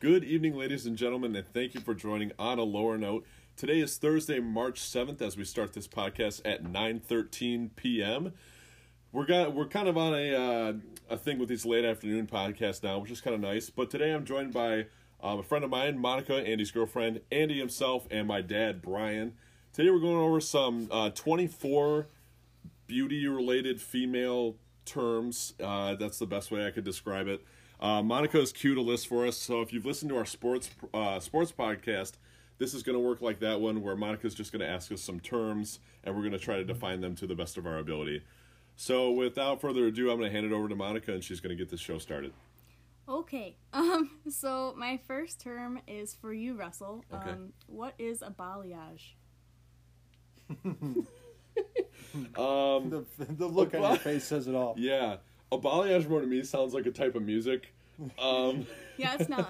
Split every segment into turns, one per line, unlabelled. Good evening, ladies and gentlemen, and thank you for joining on a lower note. Today is Thursday, March 7th, as we start this podcast at 9.13 p.m. We're, got, we're kind of on a, uh, a thing with these late afternoon podcasts now, which is kind of nice. But today I'm joined by um, a friend of mine, Monica, Andy's girlfriend, Andy himself, and my dad, Brian. Today we're going over some uh, 24 beauty-related female terms. Uh, that's the best way I could describe it. Uh, Monica has queued a list for us. So if you've listened to our sports uh, sports podcast, this is going to work like that one where Monica's just going to ask us some terms and we're going to try to define them to the best of our ability. So without further ado, I'm going to hand it over to Monica and she's going to get this show started.
Okay. Um. So my first term is for you, Russell.
Okay.
Um, what is a balayage?
Um,
The, the look on your face says it all.
yeah, a balayage more to me sounds like a type of music. Um,
Yeah, it's not.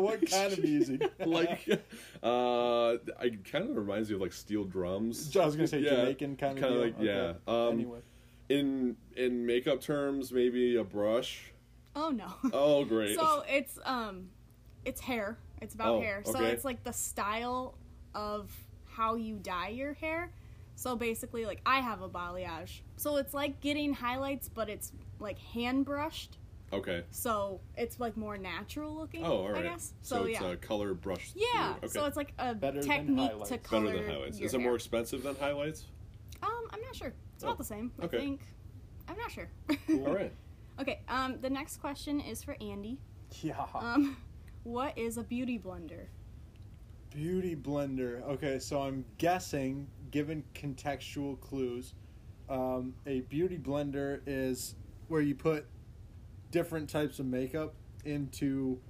what kind of music?
like, uh, it kind of reminds me of like steel drums.
I was gonna say
Yeah,
Jamaican kind of.
kinda
deal.
like- yeah, um,
anyway,
In in makeup terms, maybe a brush.
oh no.
Oh, great.
So it's um, it's hair. It's about
Oh,
hair. So
okay.
it's like the style of how you dye your hair. So basically, like I have a balayage. So it's like getting highlights, but it's like hand brushed.
okay.
So it's like more natural looking.
Oh, all right.
I guess. So,
So, it's
yeah.
a color brush.
yeah.
through. Okay.
So it's like a
Better than
technique to
highlights.
color
better than highlights.
your
Is it
hair.
more expensive than highlights?
Um, I'm not sure. It's
Oh,
about the same. I
okay.
think. I'm not sure.
All right.
okay. Um, the next question is for Andy.
yeah.
Um, what is a beauty blender?
Beauty blender. Okay, so I'm guessing, given contextual clues, um, a beauty blender is where you put different types of makeup into.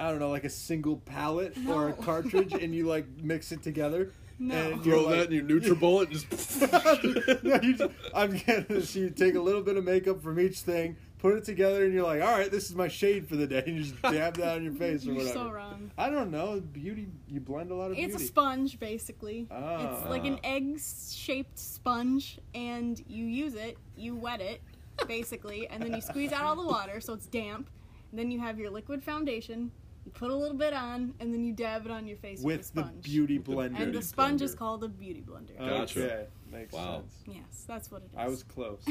I don't know, like a single palette or a
No.
cartridge, and you like mix it together.
No.
And you're
Throw
like-
that in your NutriBullet. Just.
no, you just, I'm getting this. You take a little bit of makeup from each thing, put it together, and you're like, all right, this is my shade for the day. And you just dab that on your face or
You're
whatever.
so wrong.
I don't know. Beauty, you blend a lot of
It's a
beauty.
sponge, basically.
Ah.
It's like an egg-shaped sponge, and you use it. You wet it, basically, and then you squeeze out all the water, so it's damp. And then you have your liquid foundation. You put a little bit on, and then you dab it on your face with,
with the
sponge.
beauty
With the
blender.
and
Beauty
the sponge is
blender.
called a beauty blender.
Gotcha.
Okay, makes
Wow.
sense.
yes, that's what it is.
I was close.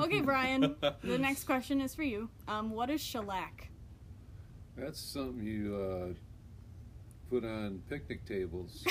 Okay, Brian. the next question is for you. Um, what is shellac?
That's something you uh, put on picnic tables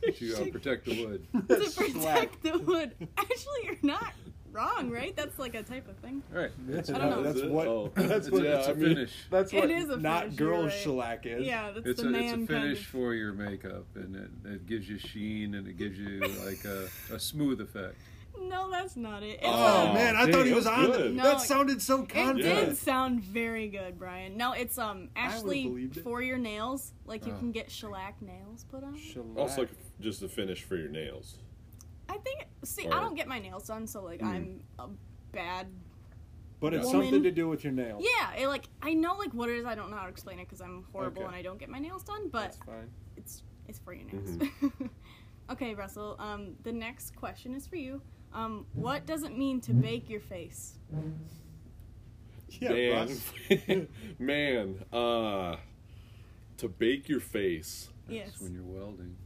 to uh, protect the wood.
to
That's
protect
slack.
the wood. Actually, you're not wrong, right? That's like a type of thing.
All right.
That's,
I don't know.
that's
Is it?
what.
Oh.
That's
It's,
what.
a, it's a
I mean-
finish.
That's
It
what
is a
not
finish, you're
girl
right.
shellac is.
Yeah, that's
It's
the
a, it's
man
a
kind
finish
of.
for your makeup, and it, it gives you sheen, and it gives you like a, a smooth effect.
No, that's not it. It,
Oh,
Oh,
sounds-
man, I
dang,
thought he
that
was
was
on.
good.
it.
No,
that sounded so
it
confident.
did sound very good, Brian. No, it's um
would've
actually
believed it.
for your nails. Like you
Oh.
can get shellac nails put on.
Shellac.
also, like just a finish for your nails.
I think. See,
Or-
I don't get my nails done, so like I'm a bad.
But it's
Woman.
something to do with your nails.
Yeah, it, like I know like what it is. I don't know how to explain it because I'm horrible
Okay.
and I don't get my nails done. But
That's Mm-hmm. fine.
it's it's for your nails. okay, Russell. Um, the next question is for you. Um, what does it mean to bake your face?
Yeah,
man, man, uh, to bake your face.
Yes,
That's when you're welding.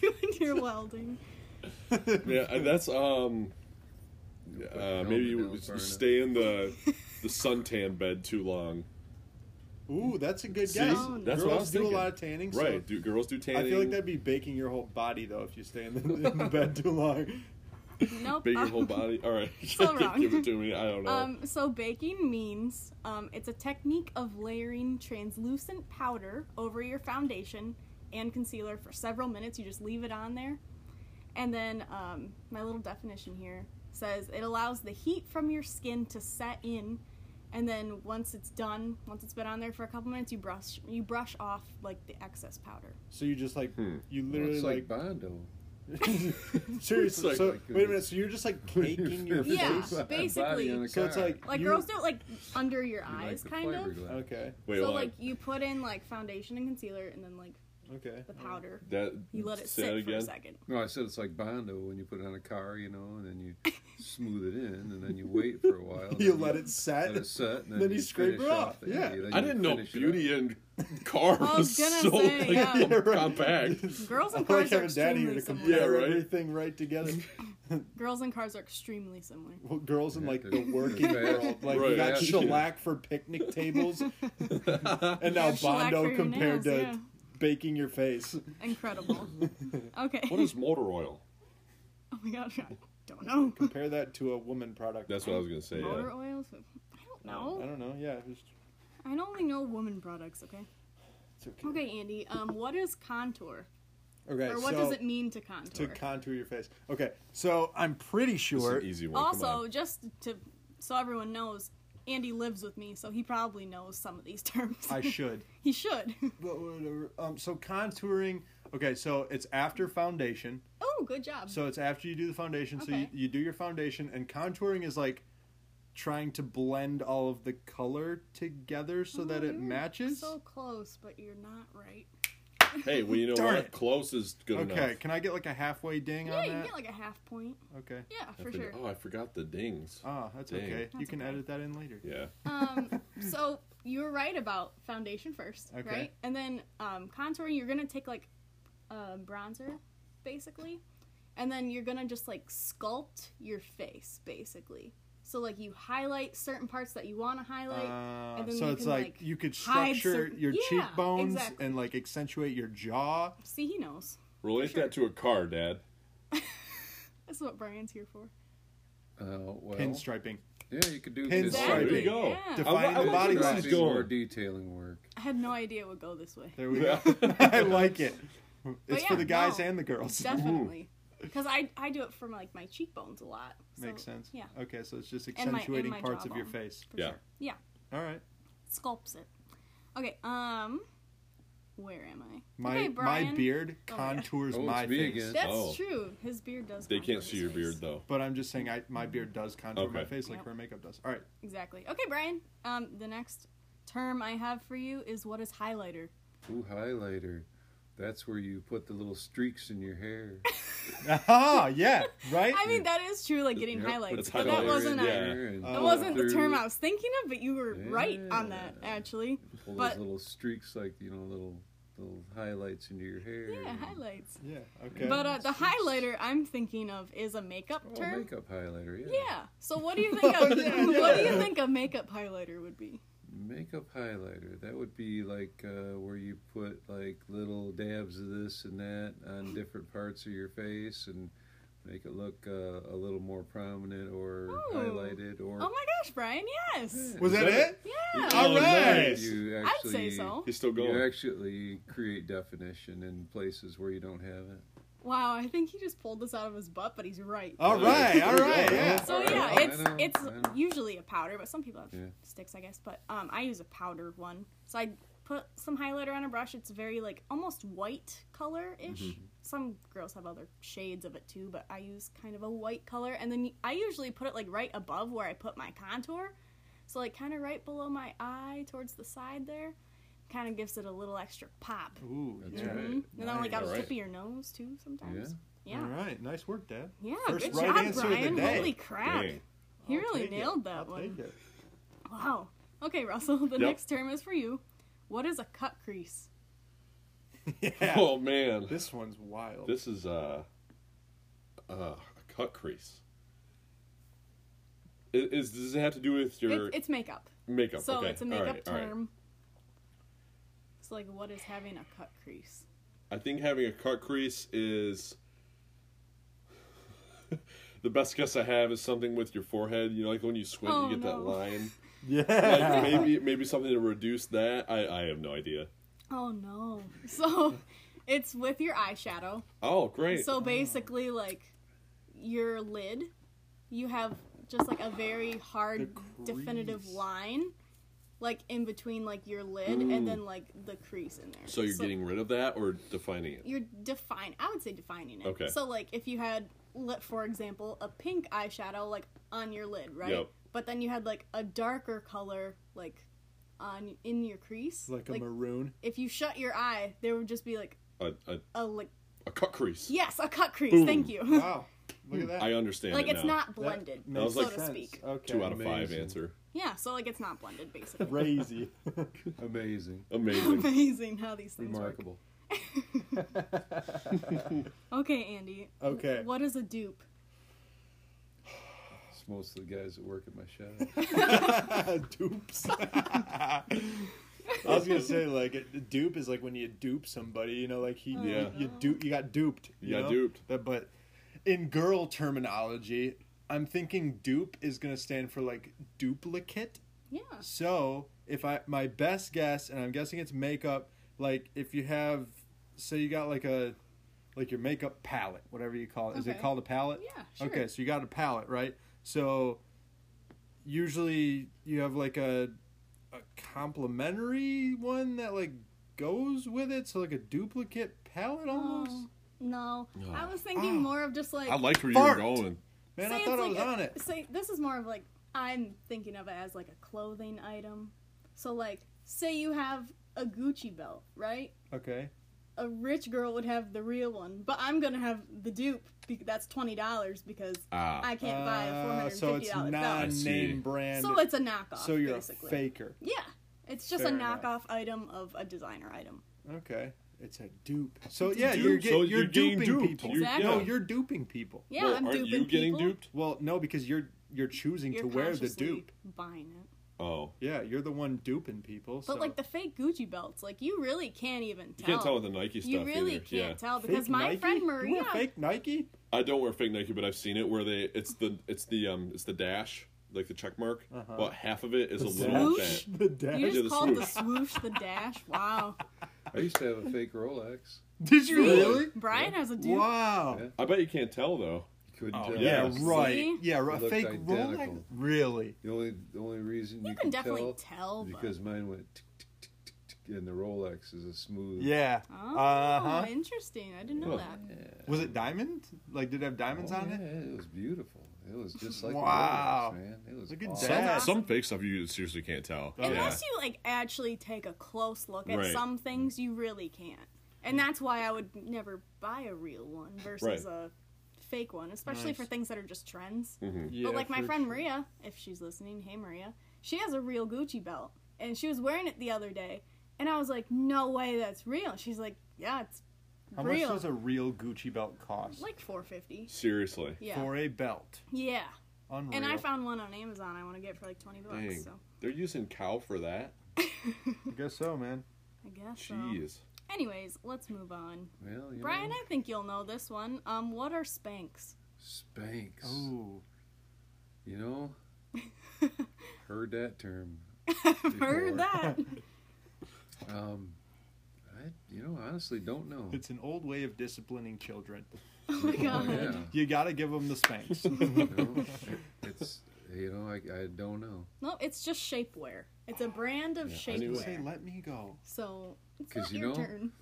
doing your welding.
Yeah, and that's um,
You put
uh,
your
maybe
helmet
you
down, burn
you
it.
stay in the the suntan bed too long.
Ooh, that's a good
See?
guess.
That's
Girls
what I was
do
thinking.
a lot of tanning, so
Right? Do girls do tanning?
I feel like that'd be baking your whole body though if you stay in the, in the bed too long.
Nope.
Bake your whole
um,
body. All right,
So wrong.
give it to me. I don't know.
Um, so baking means um, it's a technique of layering translucent powder over your foundation and concealer for several minutes. You just leave it on there, and then um, my little definition here says it allows the heat from your skin to set in, and then once it's done, once it's been on there for a couple minutes, you brush you brush off like the excess powder.
So you just like
Hmm.
you
Well,
literally
it's
like,
like, Bondo.
seriously.
It's
so
like-
wait a minute. So you're just like caking your
Yeah.
face.
Body
basically.
on a
So it's
car.
like-
Like
You-
girls do it like under your
You like
eyes,
the
kind of.
fiberglass.
Okay.
Wait,
so
well, I-
like you put in like foundation and concealer, and then like
Okay.
Oh.
the powder.
That
You let it
say that
sit for
again.
a second.
No, I said it's like Bondo when you put it on a car, you know, and then you smooth it in, and then you wait for a while. and
You
then
let it set.
let it set, and
then
then,
you scrape
finish
it off,
the-
yeah.
then
I
you
didn't know
finish it
beauty and car
I
was
was gonna
so
say,
like,
yeah.
Yeah, right.
compact.
Girls
I
and
like
cars are
having daddy here
extremely similar.
to
Yeah,
compare
right.
everything right together.
Girls and cars are extremely similar.
Well, girls in like the
Yeah,
working
yeah.
world, like you
Right.
got
Yeah.
shellac for picnic tables, and
You
now
have shellac for
bondo
your
compared
nails,
to
yeah.
baking your face.
Incredible. Okay.
What is motor oil?
Oh my god, I don't know.
Compare that to a woman product.
That's what I was gonna say.
Motor
Yeah.
oils? I don't
I
know.
don't know. Yeah, just,
I only know woman products. Okay.
it's okay.
Okay, Andy. Um, what is contour,
Okay,
or what
so
does it mean to
to
contour?
contour your face. Okay, so I'm pretty
It's
sure.
an easy one. come
also,
on.
just to so everyone knows, Andy lives with me, so he probably knows some of these terms.
I should.
he should.
But whatever. Um, so contouring. Okay, so it's after foundation.
oh, good job.
So it's after you do the foundation. So you,
Okay.
you do your foundation, and contouring is like trying to blend all of the color together so that
Oh,
it
you're
matches.
So close, but you're not right.
hey, well, you know
Darn
what?
it.
Close is good
okay,
enough.
can I get like a halfway ding
Yeah,
on
you
that?
get like a half point.
okay.
Yeah,
I
for
forg-
sure.
Oh, I forgot the dings.
Ah, that's
Dang.
okay. you
That's
can
okay.
edit that in later.
Yeah.
um, so you were right about foundation first,
Okay.
right? And then um, contouring, you're gonna take like a bronzer, basically, and then you're gonna just like sculpt your face, basically. So like you highlight certain parts that you want to highlight.
Uh,
and then
so
you
it's
can,
like,
like,
you could
hide
structure
certain-
your
Yeah,
cheekbones
exactly.
and like accentuate your jaw.
See, he knows.
Relate that to a car, Dad.
That's what Brian's here for.
up. Uh, well,
Pinstriping.
Yeah, yeah, you could do
Oh, there
Exactly.
you go.
Yeah.
I wa-
Define
I
the
wasn't
body
sure
Pinstriping
this
lines.
is
more
going.
detailing work.
I had no idea it would go this way.
There we go. I like it. It's for
yeah,
the guys
no.
and the girls.
Definitely, because I I do it for like my cheekbones a lot. So,
Makes sense.
Yeah,
Okay, so it's just
And my-
accentuating
and my
parts of your
jawbone.
face.
for
Yeah.
sure. Yeah,
All right.
sculpts it. Okay. Um, where am I?
My
okay,
my
Brian.
beard
Oh, yeah.
contours
Oh, it's
my
me
face.
again.
That's
Oh.
true. His beard does.
They
contour
can't see
his
your
face.
beard though.
But I'm just saying I my beard does contour my
Okay.
face like
Yep.
her makeup does. All right.
Exactly. Okay, Brian. Um, the next term I have for you is what is highlighter.
Ooh, highlighter. That's where you put the little streaks in your hair.
Aha, yeah, right?
I mean, that is true. Like getting
Yep,
highlights,
it's
but
highlighter,
that wasn't.
yeah.
A, that wasn't the term I was thinking of, but you were right on that
Yeah.
actually.
Pull
but-
those little streaks, like you know, little little highlights into your hair.
Yeah,
and-
highlights.
yeah, okay.
But uh, the
Oops.
highlighter I'm thinking of is a makeup
Oh,
term.
makeup highlighter. Yeah.
Yeah. So what do you think of
Yeah,
what do
yeah.
you think a makeup highlighter would be?
Makeup highlighter. That would be like uh, where you put like little dabs of this and that on different parts of your face and make it look uh, a little more prominent or
Oh.
highlighted or.
Oh my gosh, Brian! Yes.
was that,
Is that
it?
Yeah.
All right.
nice.
You
I'd say
actually,
so.
Oh, He's still
You
going.
actually create definition in places where you don't have it.
Wow, I think he just pulled this out of his butt, but he's right.
All right, all right, yeah.
So
Alright,
yeah,
Oh, I
it's
know,
it's
I know.
usually a powder, but some people have
Yeah.
sticks, I guess. But um, I use a powder one. So I put some highlighter on a brush. It's very like almost white color ish.
Mm-hmm.
Some girls have other shades of it too, but I use kind of a white color, and then I usually put it like right above where I put my contour, so like kind of right below my eye, towards the side there, kind of gives it a little extra pop.
Ooh,
That's
yeah.
right.
Mhm. And then like on the
Alright.
tip of your nose too sometimes.
All
Yeah.
right, nice work, Dad.
Yeah,
First
good
right
job,
answer of the
Brian.
day.
Holy crap.
Dang.
He
I'll
really
take it.
nailed that
I'll
one.
take it.
Wow. Okay, Russell, the
Yep.
next term is for you. What is a cut crease?
Yeah.
Oh man,
This one's wild.
this is uh, uh, a cut crease. I- Is, does it have to do with your
It's, it's makeup.
makeup?
So
okay.
it's a
all
makeup
right, all right.
term. So, like, what is having a cut crease?
I think having a cut crease is the best guess I have is something with your forehead. You know, like when you squint,
Oh,
you get that
no.
line.
yeah.
Like maybe maybe something to reduce that. I I have no idea.
Oh, no. So, it's with your eyeshadow.
Oh great.
So, basically, like, your lid, you have just like a very hard,
The
definitive
crease.
line, like, in between, like, your lid
Mm.
and then, like, the crease in there.
So you're getting rid of that or defining it?
you're define I would say defining it.
Okay.
So like if you had let for example a pink eyeshadow like on your lid, right?
Yep.
But then you had like a darker color like on in your crease.
Like a maroon.
if you shut your eye, there would just be like
A, a,
a like
a cut crease.
yes, a cut crease.
Boom.
Thank you.
Wow. Look at that.
I understand
like
it
it's
now.
not
That
blended,
makes
was
so
like-
to speak.
Okay.
Two out of five
Amazing.
answer.
Yeah, so like it's not blended basically.
Crazy.
Amazing.
Amazing.
Amazing how these things work.
Remarkable.
Okay, Andy.
Okay.
What is a dupe?
It's mostly guys that work at my shop.
Dupes. I was gonna say like a dupe is like when you dupe somebody, you know, like he
Yeah.
you du- you got duped.
You
You
got
know?
duped.
That, but in girl terminology, I'm thinking dupe is gonna stand for like duplicate.
Yeah.
So if I my best guess, and I'm guessing it's makeup, like if you have say you got like a like your makeup palette, whatever you call it. Is
Okay.
it called a palette?
Yeah, sure.
Okay, so you got a palette, right? So usually you have like a a complementary one that like goes with it, so like a duplicate palette almost.
Oh, no,
No.
I was thinking
Oh.
more of just like
I like where
Fart.
you were going.
Man,
say
I
it's
thought I
like
was
a-
on it.
Say this is more of like I'm thinking of it as like a clothing item. So like, say you have a Gucci belt, right?
Okay.
A rich girl would have the real one, but I'm gonna have the dupe. Because that's twenty dollars because
Ah.
I can't buy a four
Uh,
hundred
so
fifty
it's
dollars
not
I
belt.
see.
name brand.
So it's a knockoff.
so you're
basically.
a faker.
Yeah, it's just
Fair
a
enough.
knockoff item of a designer item.
Okay. It's a dupe. So
It's a
yeah,
dupe.
you're, get,
So
you're,
you're getting
duping
duped.
people.
You're-
Exactly.
No,
yeah.
you're duping people.
Yeah,
Well,
I'm
aren't
duping
you getting
people.
duped?
Well, no, because you're you're choosing
You're
to wear the
consciously
dupe.
Buying it.
Oh.
Yeah, you're the one duping people.
But
so.
like the fake Gucci belts, like you really can't even
You
tell.
can't tell with the Nike stuff
You really
either.
can't
yeah.
tell
Fake
because my
Nike?
friend
You
Maria.
wear fake Nike?
I don't wear fake Nike, but I've seen it where they it's the it's the um it's the dash, like the check mark.
Uh-huh.
But half of it is a little
Swoosh?
bit.
The dash.
You
did
just
a
called the swoosh the dash. Wow.
I used to have a fake Rolex.
Did you
See?
really?
Brian has a dupe.
Wow.
Yeah.
I bet you can't tell though.
You couldn't
Oh,
tell.
yeah,
See?
right. Yeah, a
looked
fake Rolex.
identical.
Really?
The only the only reason you,
You can definitely
tell
tell. though.
because mine went tick, tick, tick, tick, tick, and the Rolex is a smooth.
Yeah.
Oh,
Uh-huh.
interesting. I didn't know
Huh.
that.
Was it diamond? Like, did it have diamonds
Oh,
on
yeah,
it?
it was beautiful. It was just like
Wow.
wow, Rolex, man. It was
Look at
awesome.
Some,
that. Yeah.
some fake stuff you seriously can't tell. yeah.
Unless you like actually take a close look at
Right.
some things, you really can't. And that's why I would never buy a real one
Right.
versus a fake one, especially
Nice.
for things that are just trends.
Yeah,
but like my
for
friend
sure.
Maria, if she's listening, hey Maria, she has a real Gucci belt, and she was wearing it the other day, and I was like, no way, that's real. She's like, yeah, it's
How
real.
much does a real Gucci belt cost?
like four fifty.
Seriously.
Yeah,
For a belt.
yeah.
Unreal.
And I found one on Amazon. I want to get for like twenty bucks.
Dang.
So
They're using cow for that.
I guess so, man.
I guess. So.
Jeez.
Anyways, let's move on.
Well, you
Brian,
know,
I think you'll know this one. Um, what are spanks?
Spanx.
Ooh.
You know, heard that term.
I've
Before.
heard that.
Um, I you know honestly don't know.
It's an old way of disciplining children.
Oh my
Oh,
god.
yeah.
You gotta give them the spanks.
you know, it's you know I, I don't know
No, it's just shapewear. It's a brand of
I knew it.
say,
shapewear.
let me go.
So it's
'Cause
not
you
your
know-
turn.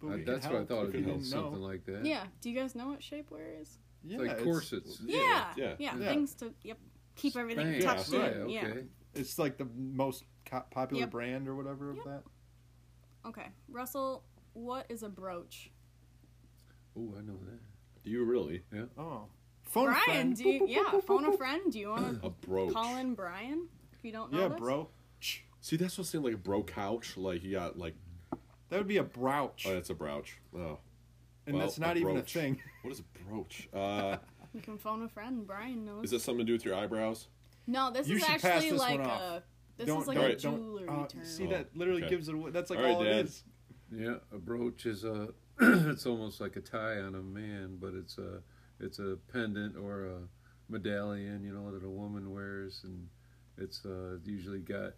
But
Uh,
we can
that's what I
help.
thought
We
it'd
can
be something
know.
like that
Yeah. Do you guys know what shapewear is?
Yeah,
It's like
it's-
corsets
Yeah.
yeah.
Yeah.
Yeah.
Things to yep keep everything
Thanks.
tucked
yeah,
in.
okay
Yeah.
It's like the most co- popular
Yep.
brand or whatever of
Yep.
that.
Okay. Russell, what is a brooch?
oh I know that
Do you really?
Oh, phone
Brian,
friend.
do you
Boop, boop,
yeah,
boop, boop,
phone a
boop.
friend? Do you wanna
A brooch.
call in Brian if you don't know
Yeah,
this?
bro.
See, that's what I'm saying, like a bro couch. Like you got like,
That would be a brooch,
oh, that's a brooch. Oh,
and
well,
that's not
a
even a
brooch.
thing.
what is a brooch? Uh,
You can phone a friend, Brian knows.
is that something to do with your eyebrows?
No, this
You
is
should pass
actually
this
like
one off.
a this
don't
is like
don't,
a
don't-
jewelry
uh,
term.
See,
Oh,
that literally
okay.
gives it away. That's like
All right,
all
Dad.
it is.
yeah a brooch is a it's almost like a tie on a man but it's a it's a pendant or a medallion you know that a woman wears and it's uh, usually got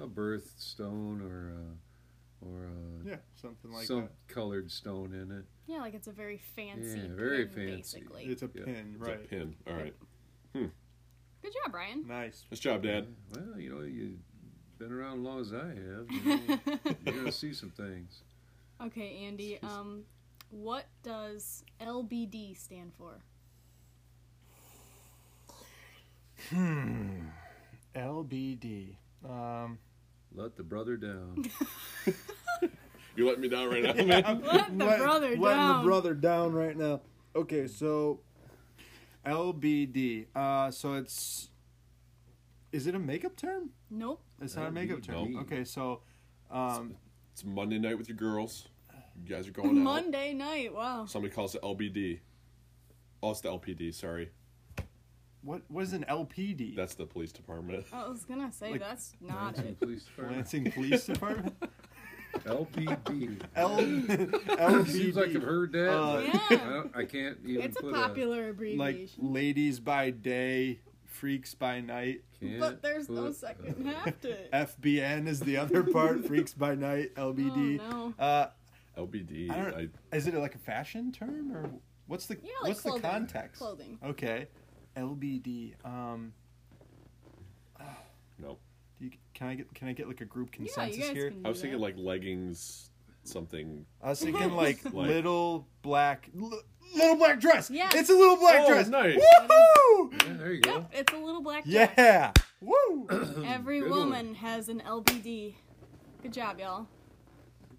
a birthstone or a, or a
Yeah, something like
some colored stone in it
Yeah, like it's a very fancy.
Yeah, very
pin,
fancy.
that.
Basically.
It's a
Yeah.
pin,
It's
right?
a pin. All right.
Good job, Brian.
Nice.
Nice job, Dad.
well you know you've been around as long as I have you know, you're gonna see some things
okay, Andy. Um, what does LBD stand for?
LBD. Um,
Let the brother down.
You're letting me down right now, man.
Let the brother
Letting the
down.
brother down right now. Okay, so LBD. Uh, so it's is it a makeup term?
Nope.
It's not a makeup term.
LBD.
Okay, so um,
It's Monday night with your girls. You guys are going out.
Monday night. Wow.
Somebody calls it LBD. Oh, it's the LPD. Sorry,
what what is an LPD?
that's the police department.
I was gonna say
Like-
that's not
Lansing
it.
Police Department.
Lansing Police Department.
LPD.
L LPD.
Seems like I've heard that.
Uh,
but
Yeah.
I, don't- I can't even
It's a
put
popular
like
abbreviation.
ladies by day, freaks by night.
can't
but there's no
put-
second half to it. Oh,
FBN is the other part. freaks by night. LBD.
Oh, no.
Uh,
LBD.
I don't.
I,
is it like a fashion term or what's the
Yeah, like
what's
clothing.
the context?
Clothing.
Okay, LBD. Um,
no,
do you, can I get can I get like a group
Yeah,
consensus
you guys
here?
can. Do
I was thinking
that.
like leggings, something.
I was thinking like, little black li- little black dress.
Yes.
it's a little black
Oh,
dress.
nice.
Woohoo!
Yeah, there you go.
Yep, it's a little black dress.
Yeah. Woo.
Every
Good one.
woman has an LBD. Good job, y'all.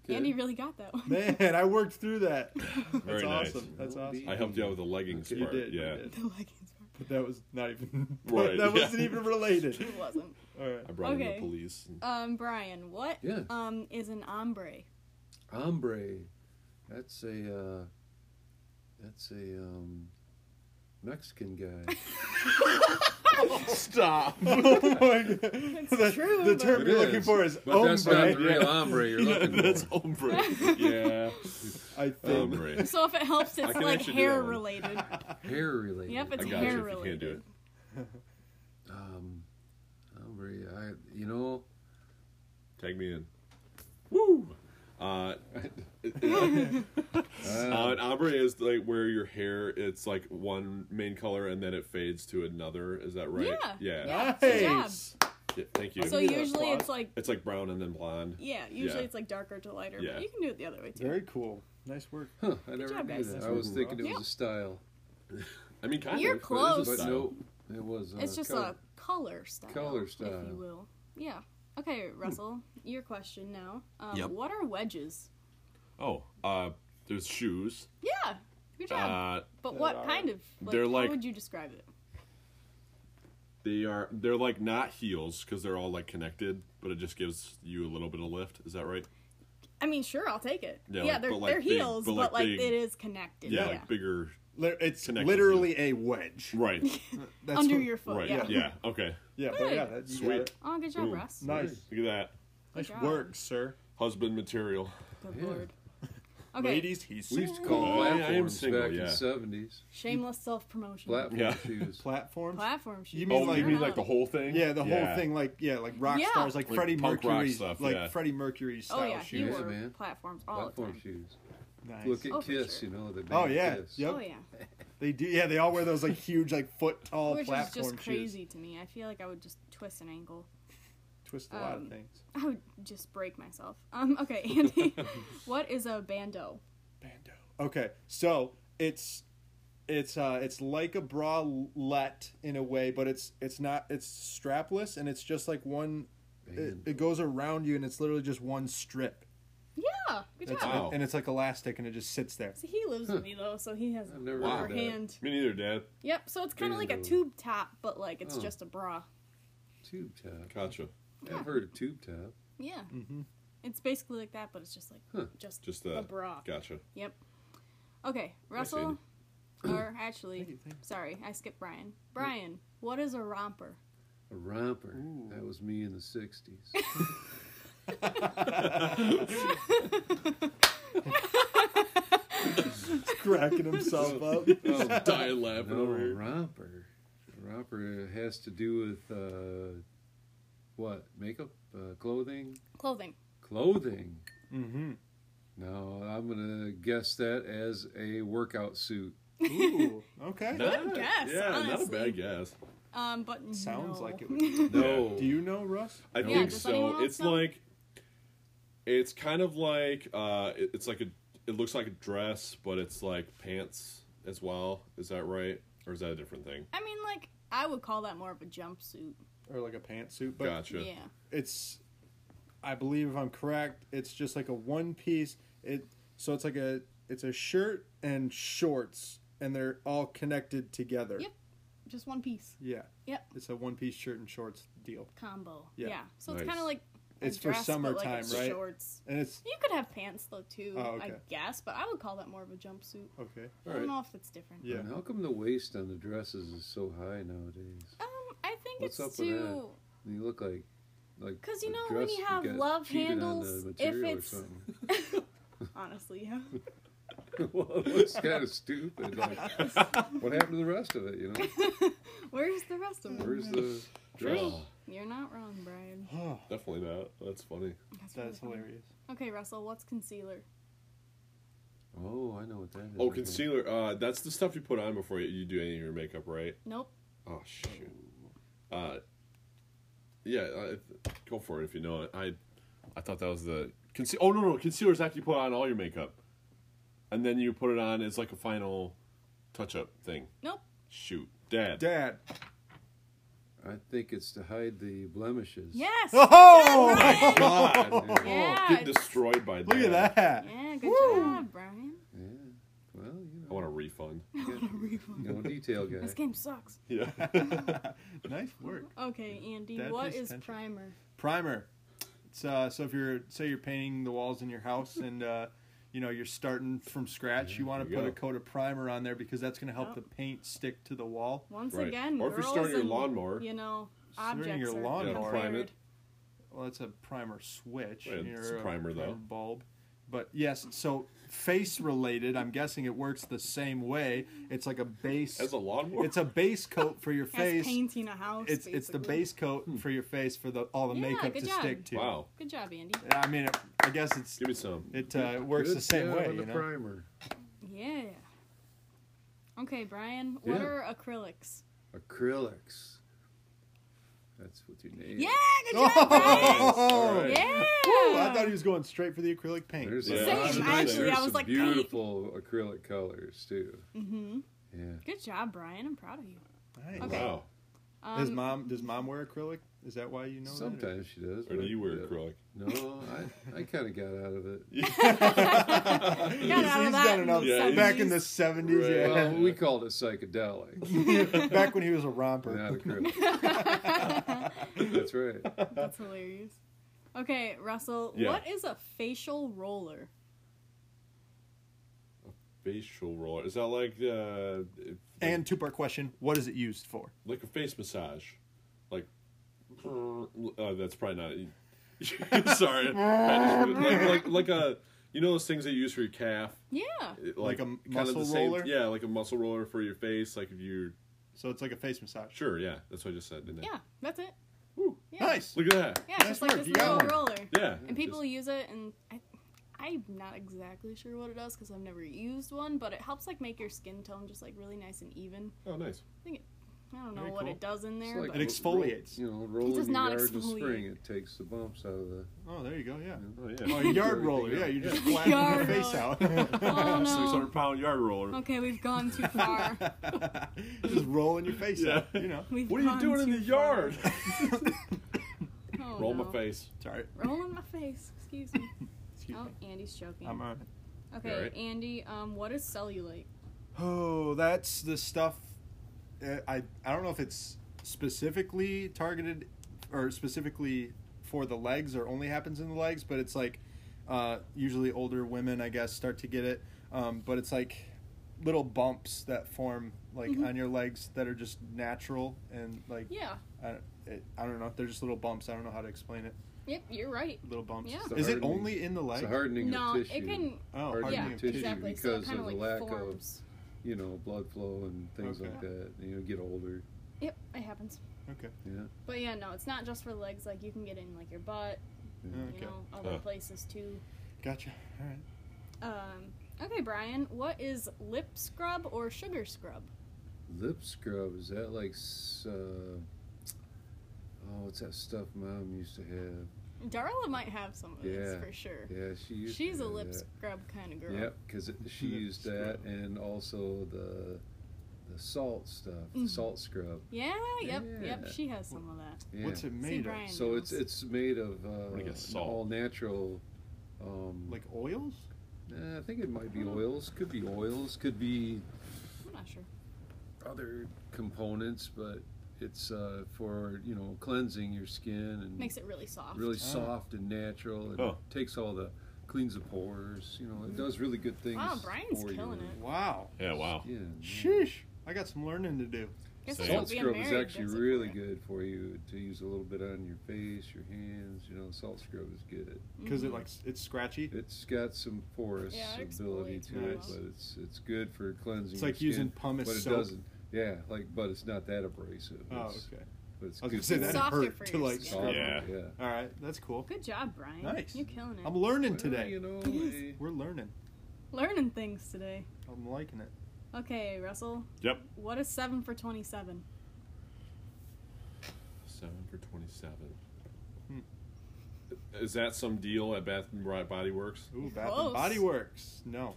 Good.
Andy really got that one.
Man, I worked through that.
Very
That's
nice.
awesome. That's awesome.
I helped you out with the leggings
You
part.
did, you
yeah,
did.
The leggings part.
But that was not even.
Right,
that
yeah.
wasn't even related.
It wasn't.
All right.
I brought in
Okay.
the police. and-
Um, Brian, what
Yeah.
um is an ombre?
Ombre. That's a uh, that's a um, Mexican guy.
Stop.
oh my god. the,
true,
The
but-
term
It
you're looking
is,
for is oh
but that's not
ombre.
the real ombre you're
yeah,
looking
that's
for.
ombre. yeah, Um,
I think.
ombre.
So if it helps, it's
can
like
actually do that
hair
one.
related.
Hair related.
Yep,
I
it's
got
hair
you if you can't do
related.
it.
um, ombre. I you know
Tag me in. Woo. Uh, Uh, an ombre is like where your hair it's like one main color and then it fades to another. Is that right?
Yeah.
Yeah.
Yeah.
Nice.
Yeah, thank you.
So
Give me that
usually
applause.
it's like
it's like brown and then blonde.
yeah, usually
Yeah.
it's like darker to lighter,
Yeah.
but you can do it the other way too.
Very cool. Nice work.
huh, I never
job,
knew
guys.
that.
That's
I was
really
thinking it
rough.
was a style.
I mean, kind
You're
of.
close.
But it is a
But
style.
no, it was. Uh,
It's just
color.
a color style.
Color
If
style.
you will. Yeah. Okay, Russell, your question now. Um,
Yep.
What are wedges?
Oh, uh, there's shoes.
Yeah. Good job.
Uh,
but what
they're
kind of? Like,
they're
How
like-
would you describe it?
they are they're like not heels because they're all like connected, but it just gives you a little bit of lift. Is that right?
I mean, sure, I'll take it.
Yeah,
Yeah,
like-
they're,
but, like,
they're
big-
heels,
but, like,
but like,
big.
it is connected.
Yeah,
Yeah.
like bigger.
Li- It's
Connected
literally a wedge.
Right.
That's
Under
what-
your foot.
right.
Yeah.
Yeah. Okay.
Yeah, but yeah, that's you got
Sweet.
it.
Oh, good job,
Ooh.
Russ.
Nice.
Look at that.
Nice
job.
work, sir.
Husband material.
Good
Yeah.
lord. Okay.
Ladies, he's
We used to call
Oh, I am
platforms
single,
back in
yeah.
the seventies.
Shameless self promotion.
Platform
Yeah.
shoes.
platforms.
Platform shoes.
You mean
Oh,
like-
you mean like the
whole.
whole thing?
yeah, the whole thing, like yeah, like rock
Yeah.
stars, like,
Like
Freddie
punk rock
Mercury,
stuff,
like
yeah.
Freddie Mercury style
Oh yeah, he
shoes.
Yeah,
wore
man.
platforms all
Platform
the time.
shoes.
Nice.
Look at
Oh, for
Kiss.
sure.
You know the band
Oh, yeah.
Kiss.
Yep.
Oh yeah,
they do. Yeah, they all wear those like huge, like foot tall
which is
platform
just crazy
shoes.
to me. I feel like I would just twist an ankle.
Twist a lot of
Um,
things.
I would just break myself. Um, okay, Andy, what is a bandeau?
Bando. Okay, so it's it's uh it's like a bralette in a way, but it's it's not it's strapless and it's just like one. It,
Bando.
it goes around you and it's literally just one strip.
Yeah, good
That's
job.
Wow.
it. And it's like elastic and it just sits there.
See, he lives with me though, so he has
I've never
Wow.
her
heard that.
hand.
Me neither, Dad.
Yep. So it's kind of like a
Bandeau.
tube top, but like it's
Oh.
just a bra.
Tube top.
Gotcha.
Yeah.
I've heard of tube top.
Yeah. It's basically like that, but it's just like
Huh.
just
Mm-hmm. Just
a
that.
bra.
Gotcha.
Yep. Okay, Russell.
Andy.
or actually,
Thank you, thank you.
sorry, I skipped Brian. Brian, what is a romper?
A romper. That was me in the sixties.
cracking himself up.
Die laughing
no,
over
a
here.
romper. A romper has to do with uh, what? Makeup? Uh, clothing?
Clothing.
Clothing.
Mm-hmm.
No, I'm gonna guess that as a workout suit.
Ooh, okay.
Not-
guess,
Yeah, not a
honestly.
bad guess.
Um, but
Sounds
no.
like it. Would be.
No.
Do you know Russ?
I
Yeah,
think
does anyone
so.
else
It's
know?
like it's kind of like uh it- it's like a it looks like a dress, but it's like pants as well. Is that right? Or is that a different thing?
I mean, like I would call that more of a jumpsuit.
Or like a pantsuit? But
Gotcha.
Yeah.
it's I believe if I'm correct, it's just like a one piece. It so it's like a it's a shirt and shorts, and they're all connected together.
Yep. Just one piece
Yeah.
Yep.
It's a one piece shirt and shorts deal,
combo.
Yeah.
Yeah. So it's
Nice.
kind of like a
It's for
dress, but, like,
summertime,
it's
right?
Shorts.
and it's
You could have pants though too,
Oh,
I
okay.
guess, but I would call that more of a jumpsuit.
okay.
All
I
right.
don't know if that's different.
Yeah.
And how come the waist on the dresses is so high nowadays?
Um, I think
What's
it's
up with that?
too
And you look like, like
Because, you
the
know, when
dress,
you have
got
love
cheated on the
handles, if
material or
it's-
something.
honestly, yeah.
well, it looks kind of stupid. Like, what happened to the rest of it? You know,
Where's the rest of them?
where's the dress?
Oh,
You're not wrong, Brian.
Oh,
definitely not. That's funny.
That's, really
that's
funny.
hilarious.
Okay, Russell, what's concealer?
Oh, I know what that is.
Oh,
okay.
concealer. Uh, that's the stuff you put on before you, you do any of your makeup, right?
Nope.
Oh shoot. Uh, yeah, I, go for it if you know it. I, I thought that was the conceal. Oh no no, concealer is after you put on all your makeup, and then you put it on as like a final touch up thing.
Nope.
Shoot, dad.
Dad.
I think it's to hide the blemishes.
Yes.
Oh
Brian!
God,
Yeah.
Yeah.
getting destroyed by
Look at
dad.
that.
Yeah, good job, Brian.
Yeah. Well, you
I
know,
want a refund.
you know detail guy.
This game sucks.
Yeah.
nice work.
Okay, Andy,
That
what
pays
is
attention.
primer?
Primer. It's, uh, so if you're say you're painting the walls in your house and uh, you know you're starting from scratch, you want
there
to
you
put a
go.
coat of primer on there because that's going to help
Yep.
the paint stick to the wall.
Once
Right.
again,
Or if you're
girls
starting your
and,
lawnmower.
you know,
Starting
objects
your
are
lawnmower.
Yeah, prime it.
compared.
Well, that's a primer switch.
Right, it's
or
a primer, though.
bulb. But yes, so face related, I'm guessing it works the same way. It's like a base.
As a lawnmower.
it's a base coat for your
That's
face.
painting a house.
It's it's the
basically.
base coat for your face for the all the
Yeah,
makeup
good
to
job.
stick to.
Hmm. wow.
Good job, Andy.
I mean, it, I guess it's
Give me some.
it uh, works
Good
the same
job
way,
on
you
the
know.
primer.
Yeah. Okay, Brian, what
Yeah.
are acrylics?
Acrylics. That's what your name.
Yeah, good job, Brian.
Nice. All right.
Yeah.
Ooh, I thought he was going straight for the acrylic paint.
There's
Yeah.
a
Same,
lot of
actually,
there's
I was
some
like, paint.
beautiful acrylic colors too.
hmm
Yeah.
Good job, Brian. I'm proud of you.
Nice.
Okay.
Wow.
Um,
Does mom does mom wear acrylic? Is that why you know? that, or-
Sometimes she does.
Or do
but,
you wear
uh,
acrylic?
No, I, I kind of got out of it.
He's,
Got out of
he's
that
done
in
enough.
the
Yeah, he's-
back in the seventies,
Well,
Yeah.
we called it psychedelic,
yeah. back when he was a romper.
not acrylic. That's right.
That's hilarious. Okay, Russell,
Yeah.
what is a facial roller?
Facial roller. Is that like uh, if-
And two part question: What is it used for?
like a face massage, like uh, that's probably not. sorry, like, like like a you know those things that you use for your calf,
Yeah.
It,
Like a
kind of
muscle
the same-
roller?
yeah, like a muscle roller for your face. Like if you're
So it's like a face massage.
sure, yeah, that's what I just said. Didn't I?
Yeah, that's it.
Woo.
Yeah.
Nice.
Look at that.
Yeah,
Nice
just like
work,
this
you got
little
one.
roller.
Yeah.
And people use it, and I, I'm not exactly sure what it does because I've never used one, but it helps like make your skin tone just like really nice and even.
Just- oh, nice.
I don't know
Very
what
cool.
it does in
It's
there,
like
but
It exfoliates.
you know, rolling
does
your
not
yard in the
exfoliate.
spring, it takes the bumps out of the.
Oh, there you go. Yeah.
Oh yeah.
Oh, a yard roller. Yeah, you just flatten your
Yard
face out.
oh
Six
no. Oh,
hundred pound yard roller.
Okay, we've gone too far.
just rolling your face
Yeah.
out. You know.
We've
What are you
gone
doing in
too
the
far.
yard?
Oh,
Roll
no.
my face.
Sorry.
Rolling my face. Excuse me.
Excuse
Oh, Andy's choking.
I'm uh, on.
okay,
alright.
Andy. Um, what is cellulite?
Oh, that's the stuff. uh, I I don't know if it's specifically targeted or specifically for the legs or only happens in the legs, but it's like uh, usually older women, I guess, start to get it. Um, but it's like little bumps that form like
Mm-hmm.
on your legs that are just natural and like
Yeah.
I, it, I don't know. They're just little bumps. I don't know how to explain it.
Yep, you're right.
Little bumps.
Yeah. It's
the
Is it
hardening.
only in the
It's
leg?
a hardening
No,
of tissue.
it can.
oh,
hardening
hardening
Yeah,
of
tissue
tissue.
exactly.
because
so it kind
of
of
the
like
lack of-
forms.
You know, blood flow and things
Okay.
like that. You know, get older.
Yep, it happens.
Okay.
Yeah.
But yeah, no, it's not just for legs. Like you can get it in like your butt, you
Okay.
know, other
Huh.
places too.
Gotcha. All right.
Um, okay, Brian, what is lip scrub or sugar scrub?
Lip scrub is that like? s- Uh, oh, what's that stuff mom used to have?
Darla might have some of this
Yeah.
for sure.
Yeah, she used.
She's
to
a
have
lip
that.
scrub kind of girl.
Yep, because she
Lip
used that,
scrub.
and also the the salt stuff, the
Mhm.
salt scrub.
Yeah, yep, yep.
Yeah.
She has some of that.
Yeah.
What's it
See,
made of?
Brian
so it's
knows.
it's made of uh,
do you get,
an
salt?
all natural. Um,
Like oils?
eh, I think it might be oils. Could be oils. Could be
I'm not sure.
other components, but it's uh, for you know cleansing your skin and
Makes it really soft.
Mm. really
Ah.
soft and natural. It
Oh.
takes all the cleans the pores. You know, it does really good things.
Mm. Wow, Brian's
for
killing
you.
it.
Wow.
Yeah, wow.
Yeah.
Sheesh. I got some learning to do.
Guess
So-
that's
Salt
what being
scrub is
married
actually
does it for
really
you.
good for you to use a little bit on your face, your hands. You know, salt scrub is good.
Because
Mhm.
it like s- it's scratchy.
It's got some porous
Yeah, it
ability
exfoliates
to
really
it,
well.
but it's it's good for cleansing.
It's
your
like using
skin,
pumice
but it
soap.
doesn't. Yeah, like but it's not that abrasive.
Oh,
It's-
okay.
But it's
I was
good
gonna say
for
that
you.
Softer
hurt
for
to
your
like.
skin.
scrub.
Yeah.
yeah.
All right, that's cool.
Mm. Good job, Brian.
Nice.
You're killing it.
I'm learning
Well,
today.
you know,
It is.
eh,
We're learning.
Learning things today.
I'm liking it.
Okay, Russell.
Yep.
What is seven for twenty-seven?
Seven for twenty-seven.
Hmm.
Is that some deal at Bath and Ri- Body Works?
Ooh, Bath
Close.
and Body Works. No.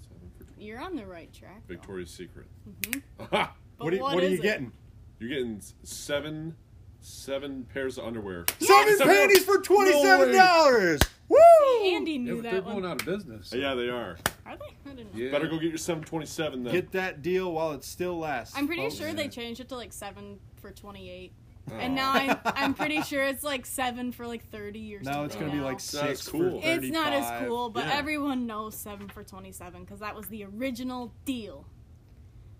Seven for twenty.
You're on the right track. though.
Victoria's Secret.
Mhm.
Aha!
But
what are you, what are
is
you
it?
getting?
You're getting s- seven, seven pairs of underwear.
Seven
Seven-
panties for twenty-seven dollars. Woo!
Andy
yeah,
knew
but they're
that one.
going out of business.
Uh,
Yeah, they are.
Are they? I didn't know.
Yeah.
Better go get your seven twenty-seven then.
Get that deal while it still lasts.
I'm pretty
folks.
sure
yeah.
they changed it to like seven for twenty-eight,
Oh.
and now I'm I'm pretty sure it's like seven for like thirty or something.
Now it's gonna be
now.
like
Not as
six
cool.
for
It's
thirty-five.
not as cool, but
Yeah.
everyone knows seven for twenty-seven because that was the original deal.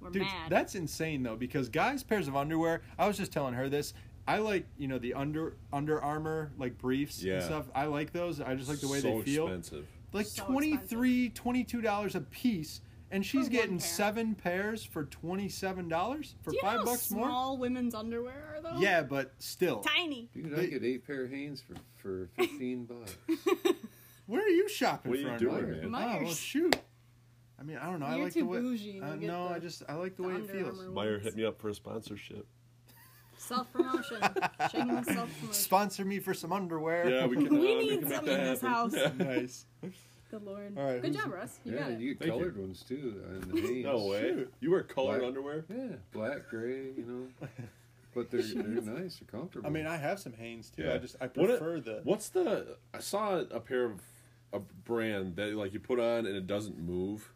We're
Dude,
mad.
that's insane though because guys' pairs of underwear. I was just telling her this. I like you know the under Under Armour like briefs
Yeah.
and stuff. I like those. I just like the way
so
they feel.
expensive.
Like
So
twenty three, twenty two dollars a piece, and she's
one
getting
pair.
seven pairs for twenty seven dollars for
Do you
five
know how
bucks more.
small women's underwear are though?
Yeah, but still,
Tiny.
Dude, I get eight pair of Hanes for, for 15 bucks.
where are you shopping?
What are
for
you
underwear?
doing, man?
My-
Oh well,
Myers.
shoot. I mean, I don't know. I
You're
like
too
the way.
bougie
Uh,
to get
no,
the-
I just I like the,
the
way it
Under
feels.
Armour.
Meyer hit me up for a sponsorship.
Self promotion. Shameless self promotion.
Sponsor me for some underwear.
Yeah, we can.
We
uh,
need
we can make
some
that
in this
happen.
house.
Yeah.
nice.
Good lord.
All right,
Good
who's-
job, Russ. You
yeah,
got it.
you get
Thank you.
colored ones too on the Hanes.
No way.
Shoot.
You wear colored
Black.
underwear?
Yeah, black, gray, you know. But they're they're nice. They're comfortable.
I mean, I have some Hanes too. I just I
What a-
prefer the.
What's the? I saw a pair of a brand that like you put on and it doesn't move.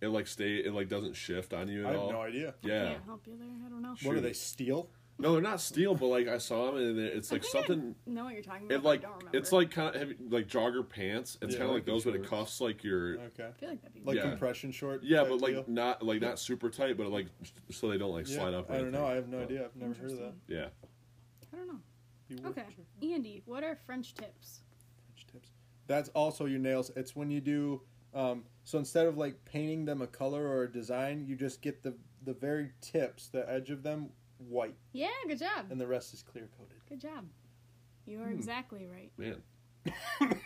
It like stay. It like doesn't shift on you
I
at
have
all.
no idea.
Yeah.
Can't help you there. I don't know.
What are
Shoot.
they steel?
No, they're not steel, but like I saw them and it's
I
like
think
something.
I know what you're talking about.
It
but
like
I don't remember.
it's like kind of heavy, like jogger pants. It's
Yeah,
kind of
like
like those,
the
but it
shorts.
cuffs like your.
Okay.
I feel like that'd be
Like
Yeah.
compression short.
Yeah,
type
but like
deal?
not like not super tight, but like so they don't like slide up. or
I don't know.
anything.
I have no idea. I've never heard of that.
Interesting.
Yeah.
I don't know.
You work
Okay,
with
Andy, what are French tips?
French tips. That's also your nails. It's when you do. Um, so instead of like painting them a color or a design, you just get the the very tips, the edge of them white,
Yeah, good job.
and Hmm. the rest is clear coated.
Good job. You are exactly right.
Man.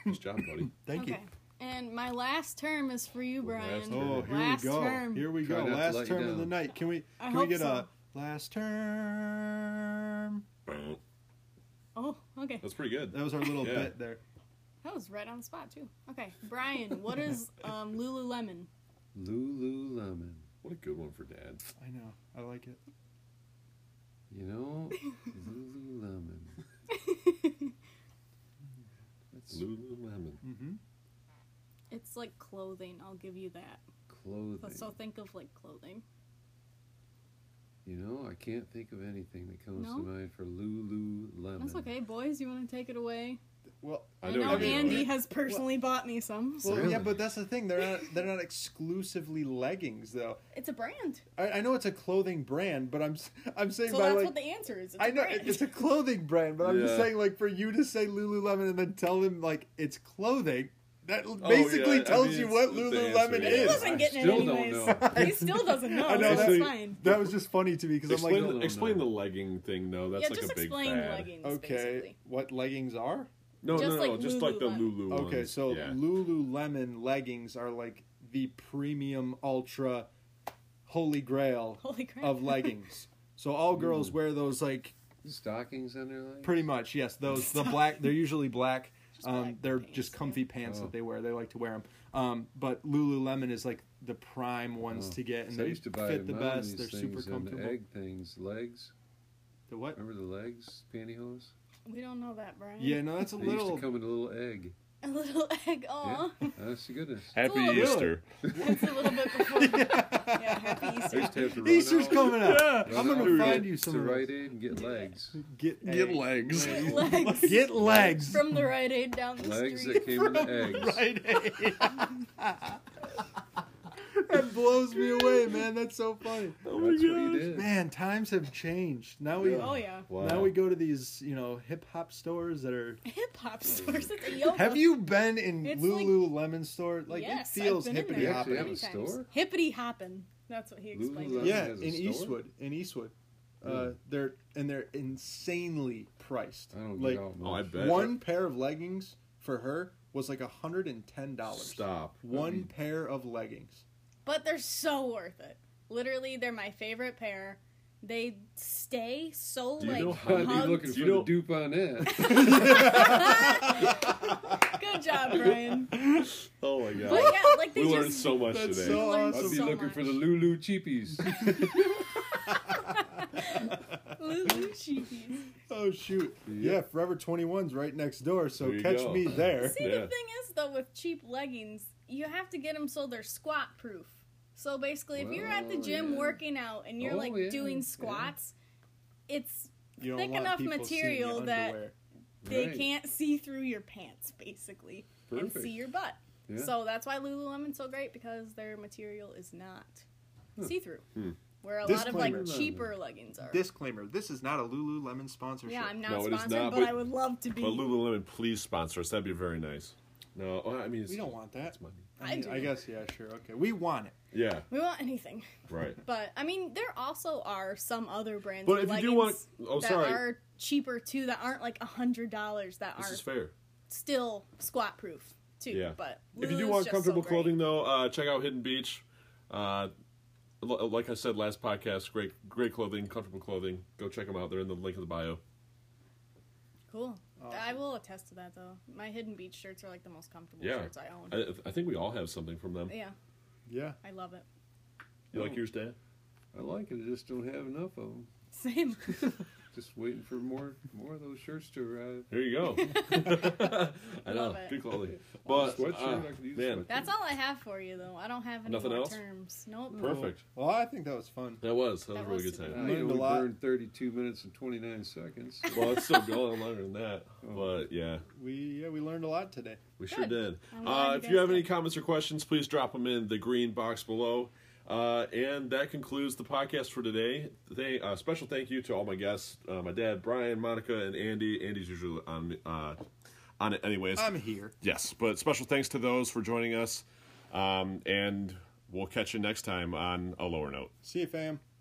nice job, buddy.
Thank
okay. And my last term is for you, Brian.
term.
Oh, here
last
we go.
term.
Here we
Try
go.
not to
Last
let you
term of the
down.
night. Can we?
I
Can we
hope
get a
so.
last term?
Oh, okay.
That's pretty good.
That was our little
Yeah.
bit there.
That was right on the spot too. Okay, Brian, what is um, Lululemon?
Lululemon.
What a good one for dad.
I know. I like it.
You know, Lululemon. That's
Lululemon.
Mm-hmm.
It's like clothing. I'll give you that.
clothing.
So think of like clothing.
You know, I can't think of anything that comes
No?
to mind for Lululemon.
That's okay, boys. You want to take it away?
Well,
I
I,
know
know,
you do.
Andy has personally bought me some. So
well,
Really?
yeah, but that's the thing. They're not. They're not exclusively leggings, though.
it's a brand.
I, I know it's a clothing brand, but I'm. s- I'm saying
So
by
that's
like.
what the answer is. It's
I
a
know
brand.
it's a clothing brand, but I'm just
Yeah.
saying, like, for you to say Lululemon and then tell them like it's clothing, that basically
Oh, yeah, I
tells
mean,
you
it's-
what
it's the
Lululemon
answer,
he
yeah.
is.
I
wasn't getting
still
it
don't
anyways.
know.
he still doesn't know.
I know,
that's
actually-
fine.
That was just funny to me because I'm
Explain,
like,
the, explain the legging thing though. That's
yeah,
like
just
a big
explain
fad.
leggings.
okay,
Basically.
what leggings are?
No,
Just
no, no,
like
just like the Lulu
Lululemon.
ones.
Okay, so
yeah.
Lululemon leggings are like the premium ultra holy grail
Holy crap.
of leggings. So all girls wear those like
Stockings on their legs.
pretty much yes, those the black they're usually black
just
Um,
black
they're
pants,
just
yeah.
comfy pants
Oh.
that they wear. They like to wear them. Um, but Lululemon is like the prime ones
Oh.
to get, and
So I
they
used to buy
fit the
mine on
best. They're
these
super
things and
comfortable.
Egg things, legs.
The what?
Remember the legs pantyhose?
We don't know that, Brian.
Yeah, no, that's a
They
little.
used to come in a little egg.
A little egg. Aw.
Honest to goodness.
Happy
Cool.
Easter.
It's a little bit before. yeah, happy
I
Easter.
used to have to run
Easter's
out-
coming up.
Yeah.
I'm
run
gonna
out
find
to-
you some
to
of those.
Rite Aid and get legs.
Get
Get
egg.
legs.
Legs.
Get legs.
From the Rite Aid down the
Legs
street.
that came in eggs.
Rite Aid. that blows me away, man. That's so funny.
Oh my
That's what you
gosh.
did.
Man, times have changed. Now we
Oh yeah.
Wow.
now we go to these, you know, hip hop stores that are.
Hip hop stores. It's a yoga.
Have you been in
It's like-
Lululemon store? Like
yes,
it feels
I've been in there
hippity
You
hoppity.
actually have
many
a
times.
store?
Hippity hoppin'. That's what he explained.
Lululemon?
it.
Yeah,
has
in
a store?
Eastwood. In Eastwood, uh,
Really?
they're and they're insanely priced.
I don't
like
get out much.
Oh, I bet.
one pair of leggings for her was like hundred and ten dollars.
Stop.
One pair of leggings.
But they're so worth it. Literally, they're my favorite pair. They stay so
Do you
like
know
I'd be
hugged.
looking for
You know-
the dupe on that.
Good job, Brian.
Oh my
But
god.
yeah, like they
We learned
just
so much
That's
today.
so
learned
awesome.
I'd be
so
looking
much.
for the Lulu cheapies.
Lulu cheekies.
Oh shoot!
Yeah.
Yeah, Forever 21's right next door, so
There you
catch
go.
me there.
See,
Yeah.
the thing is, though, with cheap leggings, you have to get them so they're squat proof. So basically, if you're at the
Well,
gym
yeah.
working out and you're
Oh,
like
yeah, yeah.
doing squats, it's
You don't
Thick
want
enough
people seeing your
material that-
underwear.
they
Right.
can't see through your pants basically and
Perfect.
see your butt.
Yeah.
So that's why Lululemon's so great because their material is not see through. Where a lot of
Disclaimer.
like cheaper leggings are.
Disclaimer: This is not a Lululemon sponsorship.
yeah, I'm not
No, it is
sponsored,
not,
but,
but-
I would love to be.
But Lululemon, please sponsor us. That'd be very nice. No, well, I mean, it's,
we don't want that.
it's money.
I do.
I guess yeah, sure, okay. We want it.
Yeah,
we want anything.
right.
But I mean, there also are some other brands.
But
of
if you do
leggings
want- oh,
that
sorry.
are cheaper too, that aren't like a hundred dollars, that
This
are
is fair.
still squat proof too.
Yeah.
But
If you do
Lulu's
want
just
comfortable
so great.
clothing, though, uh, check out Hidden Beach. Uh, l- like I said last podcast, great, great clothing, comfortable clothing. Go check them out. They're in the link in the bio.
Cool. I will attest to that though. My hidden beach shirts are like the most comfortable
Yeah.
shirts I own.
I, I think we all have something from them.
yeah,
Yeah.
I love it.
You like yours, Dan?
I like it. I just don't have enough of them.
Same.
Just waiting for more more of those shirts to arrive.
There you go. I know,
Love it.
good clothing. But
sweatshirt,
uh,
I could use a
man,
sweatshirt.
That's all I have for you though. I don't have any
Nothing
more
else?
terms. Nope.
perfect.
Well, I think that was fun.
That was that was
That
a really
was
good
I
time.
Learned
only
a lot.
burned 32 minutes and 29 seconds.
Well, it's still going longer than that, but yeah.
We yeah, we learned a lot today.
We sure
Good.
did.
I'm glad
Uh,
you
if you
guys
have any
did.
comments or questions, please drop them in the green box below. Uh, and that concludes the podcast for today. They, uh, special thank you to all my guests, uh, my dad, Brian, Monica, and Andy. Andy's usually on uh, on it, anyways.
I'm here.
yes, but special thanks to those for joining us, um, and we'll catch you next time on a lower note.
See you, fam.